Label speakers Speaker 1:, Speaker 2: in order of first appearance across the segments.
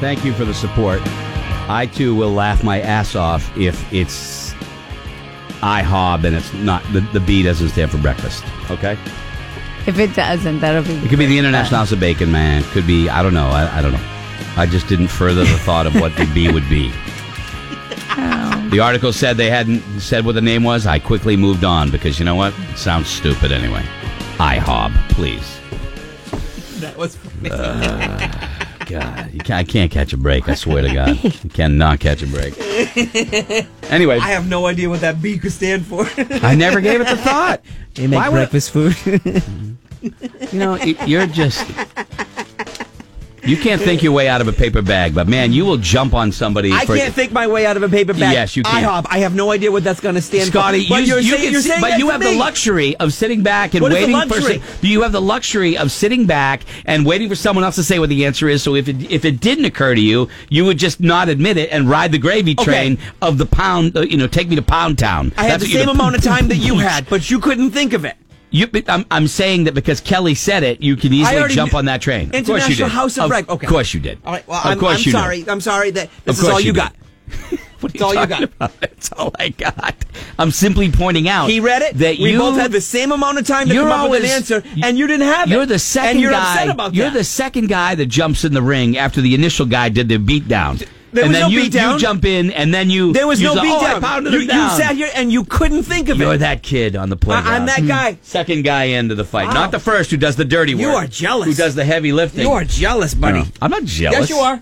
Speaker 1: Thank you for the support. I too will laugh my ass off if it's IHOB and it's not the, the B doesn't stand for breakfast. Okay,
Speaker 2: If it doesn't, that'll be.
Speaker 1: it could be the International House of Bacon, man. Could be I don't know. I, I don't know. I just didn't further the thought of what the B would be. The article said they hadn't said what the name was. I quickly moved on because you know what? It sounds stupid anyway. IHOB, please.
Speaker 3: That was
Speaker 1: Uh, God, you can, I can't catch a break. I swear to God, you cannot catch a break. Anyway,
Speaker 3: I have no idea what that B could stand for.
Speaker 1: I never gave it the thought.
Speaker 4: They make
Speaker 1: Why would-
Speaker 4: breakfast food.
Speaker 1: You know, y- you're just. You can't think your way out of a paper bag, but man, you will jump on somebody.
Speaker 3: I
Speaker 1: for,
Speaker 3: can't think my way out of a paper bag.
Speaker 1: Yes, you can.
Speaker 3: IHOP. I have no idea what that's going to stand
Speaker 1: Scotty,
Speaker 3: for. But
Speaker 1: you,
Speaker 3: you're
Speaker 1: you
Speaker 3: saying,
Speaker 1: can
Speaker 3: you're
Speaker 1: see-
Speaker 3: saying
Speaker 1: but
Speaker 3: that
Speaker 1: you
Speaker 3: to
Speaker 1: have
Speaker 3: me.
Speaker 1: the luxury of sitting back and
Speaker 3: What is the
Speaker 1: waiting for.
Speaker 3: luxury?
Speaker 1: se- You have the luxury of sitting back and waiting for someone else to say what the answer is. So if it if it didn't occur to you, you would just not admit it and ride the gravy
Speaker 3: Okay.
Speaker 1: train of the pound. Uh, you know, take me to Pound Town.
Speaker 3: I had
Speaker 1: That's
Speaker 3: the
Speaker 1: what you're
Speaker 3: same
Speaker 1: gonna-
Speaker 3: amount of time that you had, but you couldn't think of it.
Speaker 1: You, but I'm, I'm saying that because Kelly said it, you can
Speaker 3: I
Speaker 1: easily
Speaker 3: already
Speaker 1: jump
Speaker 3: kn-
Speaker 1: on that train. Of course you
Speaker 3: International
Speaker 1: did.
Speaker 3: House of Breakfast. Okay.
Speaker 1: Of course you did.
Speaker 3: All right. Well,
Speaker 1: of
Speaker 3: I'm,
Speaker 1: course
Speaker 3: I'm
Speaker 1: you
Speaker 3: sorry.
Speaker 1: Did.
Speaker 3: I'm sorry that
Speaker 1: Of
Speaker 3: this is
Speaker 1: course
Speaker 3: all you
Speaker 1: did.
Speaker 3: got.
Speaker 1: What are
Speaker 3: It's all you
Speaker 1: talking
Speaker 3: got.
Speaker 1: about? It's all I got. I'm simply pointing out.
Speaker 3: He read it.
Speaker 1: That
Speaker 3: we
Speaker 1: you
Speaker 3: both had the same amount of time to
Speaker 1: you're
Speaker 3: come up
Speaker 1: always,
Speaker 3: with an answer, and you didn't have it.
Speaker 1: You're the second
Speaker 3: and you're
Speaker 1: guy.
Speaker 3: upset about
Speaker 1: you're
Speaker 3: that.
Speaker 1: the second guy that jumps in the ring after the initial guy did the beatdown.
Speaker 3: There
Speaker 1: and
Speaker 3: was
Speaker 1: then
Speaker 3: no
Speaker 1: you, you
Speaker 3: beatdown.
Speaker 1: jump in, and then you
Speaker 3: There was
Speaker 1: you
Speaker 3: no
Speaker 1: say,
Speaker 3: beat
Speaker 1: oh, I
Speaker 3: down.
Speaker 1: pounded
Speaker 3: you,
Speaker 1: him
Speaker 3: you
Speaker 1: down.
Speaker 3: sat here and you couldn't think of
Speaker 1: You're
Speaker 3: it.
Speaker 1: that kid on the playground.
Speaker 3: I- I'm that guy.
Speaker 1: Second guy into the fight.
Speaker 3: Wow.
Speaker 1: Not the first who does the dirty work.
Speaker 3: You are jealous.
Speaker 1: Who does the heavy lifting.
Speaker 3: You are jealous, buddy.
Speaker 1: No, I'm not jealous.
Speaker 3: Yes, you are.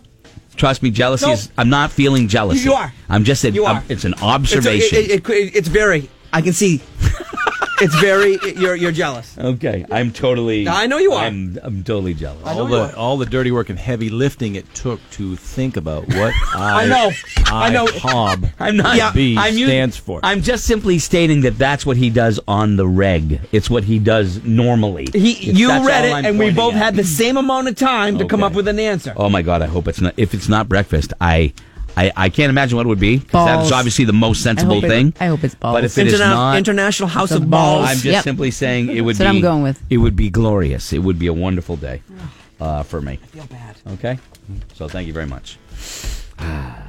Speaker 1: Trust me, jealousy is.
Speaker 3: No.
Speaker 1: I'm not feeling jealous.
Speaker 3: You are.
Speaker 1: I'm just. An,
Speaker 3: You are.
Speaker 1: I'm- it's an
Speaker 3: It's, a-
Speaker 1: observation.
Speaker 3: it, it, it- it's very. I can see. it's very. You're you're jealous.
Speaker 1: okay, I'm totally.
Speaker 3: I know you are.
Speaker 1: I'm, I'm totally jealous.
Speaker 5: all
Speaker 3: know you
Speaker 5: the all the dirty work and heavy lifting it took to think about what I,
Speaker 3: I know.
Speaker 5: I,
Speaker 3: I know.
Speaker 5: Hob
Speaker 1: I'm not.
Speaker 3: Yeah,
Speaker 5: B
Speaker 1: I'm u-
Speaker 5: stands for.
Speaker 1: I'm just simply stating that that's what he does on the reg. It's what he does normally.
Speaker 3: He,
Speaker 1: It's-
Speaker 3: you
Speaker 1: that's
Speaker 3: read
Speaker 1: all
Speaker 3: it,
Speaker 1: I'm
Speaker 3: and we
Speaker 1: pointing
Speaker 3: both
Speaker 1: at.
Speaker 3: had the same amount of time to come
Speaker 1: Okay.
Speaker 3: up with an answer.
Speaker 1: Oh my god! I hope it's not. If it's not breakfast, I. I, I can't imagine what it would be because
Speaker 2: Balls.
Speaker 1: that's obviously the most sensible
Speaker 2: I hope it-
Speaker 1: thing.
Speaker 2: I hope it's balls.
Speaker 1: But if it is
Speaker 3: Interna-
Speaker 1: not,
Speaker 3: International House
Speaker 2: Some
Speaker 3: of Balls.
Speaker 2: balls.
Speaker 1: I'm just
Speaker 2: Yep.
Speaker 1: simply saying it would
Speaker 2: That's what
Speaker 1: be
Speaker 2: I'm going with.
Speaker 1: It would be glorious. It would be a wonderful day uh, for me.
Speaker 3: I feel bad.
Speaker 1: Okay? So thank you very much.
Speaker 3: I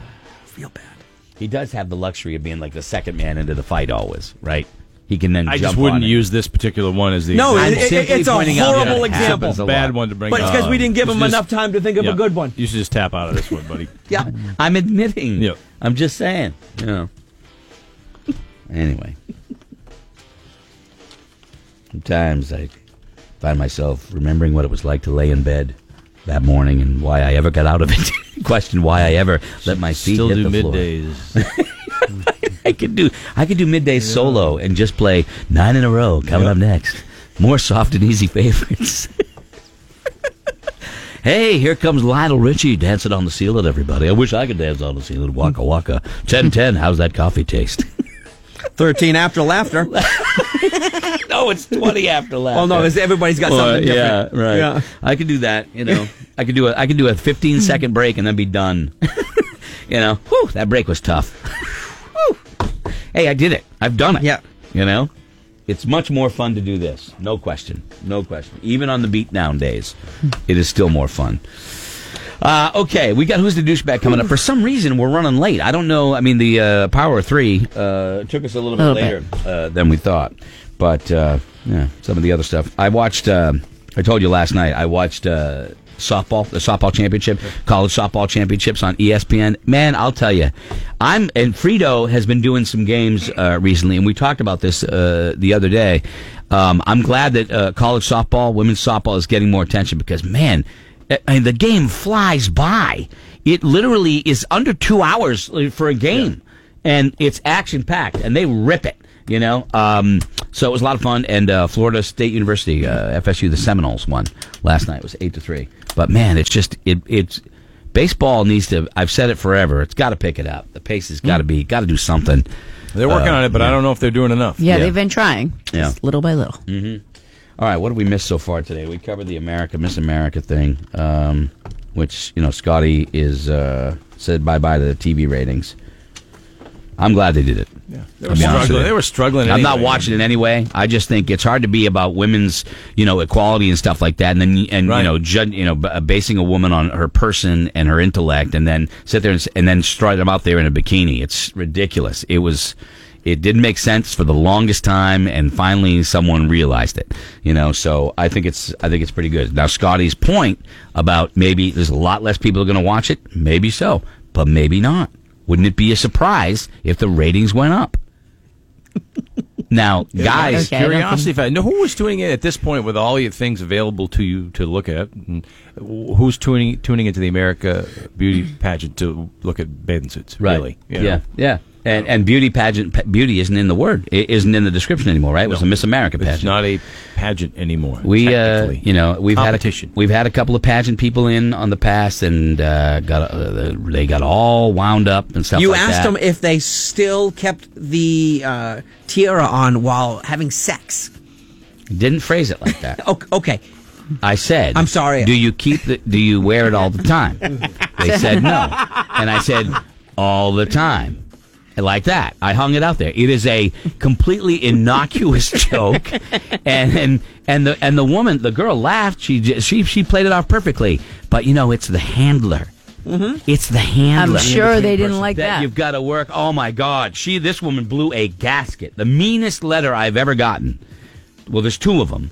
Speaker 3: feel bad.
Speaker 1: He does have the luxury of being like the second man into the fight always, right? He can then
Speaker 5: I
Speaker 1: jump
Speaker 5: just
Speaker 1: on
Speaker 5: wouldn't
Speaker 1: it.
Speaker 5: use this particular one as the
Speaker 3: No,
Speaker 5: example.
Speaker 1: I'm
Speaker 3: it- it-
Speaker 1: simply
Speaker 3: it's a
Speaker 1: pointing out that
Speaker 3: horrible
Speaker 1: it
Speaker 3: example.
Speaker 1: happens a
Speaker 5: bad
Speaker 1: lot.
Speaker 5: one to bring
Speaker 3: But it's because
Speaker 5: up.
Speaker 3: we didn't give
Speaker 5: You
Speaker 3: him
Speaker 5: should
Speaker 3: enough
Speaker 5: just-
Speaker 3: time to think of
Speaker 5: yeah.
Speaker 3: a good one.
Speaker 5: You should just tap out of this one, buddy.
Speaker 3: Yeah.
Speaker 1: I'm admitting.
Speaker 5: Yeah.
Speaker 1: I'm just saying. You know. Anyway. Sometimes I find myself remembering what it was like to lay in bed that morning and why I ever got out of it. Question why I ever let my feet
Speaker 5: Still
Speaker 1: hit
Speaker 5: do
Speaker 1: the floor.
Speaker 5: middays.
Speaker 1: I could do I could do midday solo and just play nine in a row coming
Speaker 5: Yeah.
Speaker 1: up next. More soft and easy favorites. hey, here comes Lionel Richie dancing on the ceiling, everybody. I wish I could dance on the ceiling. Waka waka. Ten ten, how's that coffee taste?
Speaker 3: 13 after laughter.
Speaker 1: no, it's twenty after last.
Speaker 3: well, no, it's- everybody's got something
Speaker 1: yeah,
Speaker 3: different.
Speaker 1: right.
Speaker 3: Yeah.
Speaker 1: I could do that, you know. I could do a I could do a 15 second break and then be done. you know. Whew, that break was tough. Whew. Hey, I did it. I've done it.
Speaker 3: Yeah.
Speaker 1: You know? It's much more fun to do this. No question. No question. Even on the beatdown days, it is still more fun. Uh, okay, we got who's the douchebag coming up. For some reason, we're running late. I don't know. I mean, the uh, Power Three uh, took us a little bit
Speaker 2: Little
Speaker 1: later Uh, than we thought, but uh, yeah, some of the other stuff. I watched. Uh, I told you last night. I watched uh, softball, the softball championship, college softball championships on E ESPN. Man, I'll tell you, I'm and Frito has been doing some games uh, recently, and we talked about this uh, the other day. Um, I'm glad that uh, college softball, women's softball, is getting more attention because man. eh, I mean, the game flies by. It literally is under two hours uh, for a game, and it's action packed, and they rip it. You know, um, so it was a lot of fun, and uh, Florida State University, uh, FSU, the Seminoles won last night. It was eight to three. But man, it's just it it's baseball needs to. I've said it forever. It's got to pick it up. The pace has got to be got to do something.
Speaker 5: They're working on it, but I don't know if they're doing enough.
Speaker 2: Yeah,
Speaker 1: Yeah.
Speaker 2: they've been trying.
Speaker 1: Yeah.
Speaker 2: Just little by little.
Speaker 1: All right, what have we missed so far today? We covered the America Miss America thing, um, which you know Scotty is uh, said bye bye to the TV ratings. I'm glad they did it.
Speaker 5: Yeah. They
Speaker 1: I'll
Speaker 5: were
Speaker 1: be honest with
Speaker 5: struggling.
Speaker 1: you.
Speaker 5: They were struggling.
Speaker 1: I'm not
Speaker 5: anyway.
Speaker 1: watching it anyway. I just think it's hard to be about women's, you know, equality and stuff like that, and then and you
Speaker 5: Right.
Speaker 1: know, judge, you know, b- uh, basing a woman on her person and her intellect, and then sit there and, s- and then strut them out there in a bikini. It's ridiculous. It was. It didn't make sense for the longest time, and finally someone realized it. You know, so I think it's I think it's pretty good. Now Scotty's point about maybe there's a lot less people are going to watch it, maybe so, but maybe not. Wouldn't it be a surprise if the ratings went up? Now, guys,
Speaker 2: Okay, I don't
Speaker 5: Curiosity fact. No, who was tuning in at this point with all your things available to you to look at? And who's tuning tuning into the America Beauty Pageant to look at bathing suits? Really?
Speaker 1: Yeah,
Speaker 5: You know?
Speaker 1: yeah, And and beauty pageant pa- beauty isn't in the word. It isn't in the description anymore, right? It was
Speaker 5: No.
Speaker 1: a Miss America pageant.
Speaker 5: It's not a pageant anymore.
Speaker 1: we, uh,
Speaker 5: technically.
Speaker 1: you know, we've had a,
Speaker 5: Competition.
Speaker 1: we've had a couple of pageant people in on the past, and uh, got uh, they got all wound up and stuff.
Speaker 3: You
Speaker 1: like that.
Speaker 3: asked them if they still kept the uh, tiara on while having sex.
Speaker 1: Didn't phrase it like that.
Speaker 3: O- okay.
Speaker 1: I said,
Speaker 3: I'm sorry.
Speaker 1: Do you keep the? Do you wear it all the time? They said no, and I said all the time. Like that, I hung it out there. It is a completely innocuous joke, and and and the and the woman, the girl laughed. She j- she she played it off perfectly, but you know, it's the handler. It's the handler.
Speaker 2: Mm-hmm. sure they didn't like that.
Speaker 1: You've got to work. Oh my God, she this woman blew a gasket. The meanest letter I've ever gotten. Well, there's two of them.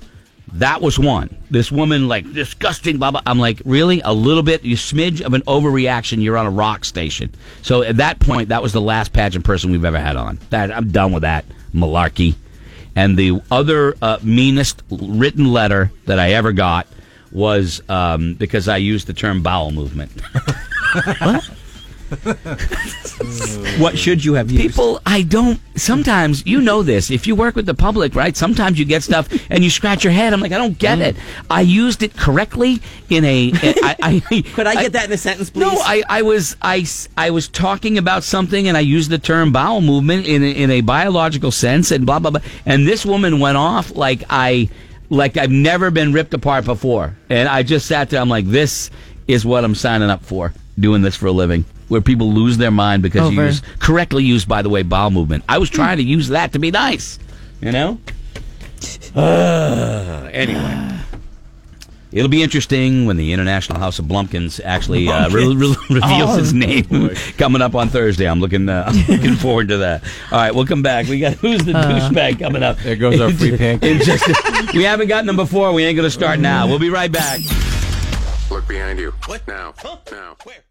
Speaker 1: That was one. This woman, like, disgusting, blah, blah. I'm like, really? A little bit, you smidge of an overreaction, you're on a rock station. So at that point, that was the last pageant person we've ever had on. That I'm done with that malarkey. And the other uh, meanest written letter that I ever got was um, because I used the term bowel movement.
Speaker 3: What should you have used?
Speaker 1: People, I don't. Sometimes you know this. If you work with the public, right? Sometimes you get stuff and you scratch your head. I'm like, I don't
Speaker 3: Mm.
Speaker 1: get it. I used it correctly in a. I, I,
Speaker 3: Could I get that in a sentence, please?
Speaker 1: No, I, I was I, s- I was talking about something and I used the term bowel movement in a, in a biological sense and blah blah blah. And this woman went off like I like I've never been ripped apart before. And I just sat there. I'm like, this is what I'm signing up for. Doing this for a living, where people lose their mind because you
Speaker 2: Over.
Speaker 1: use correctly used, by the way, bowel movement. I was trying to use that to be nice, you know. Uh, anyway. It'll be interesting when the International House of Blumpkins actually uh, re- re- reveals its name coming up on Thursday. I'm looking uh, I'm looking forward to that. All right, we'll come back. We got who's the douchebag coming up.
Speaker 5: There goes our free pancake.
Speaker 1: In just- we haven't gotten them before. We ain't going to start now. We'll be right back.
Speaker 4: Look behind you. What? Now. Now. now.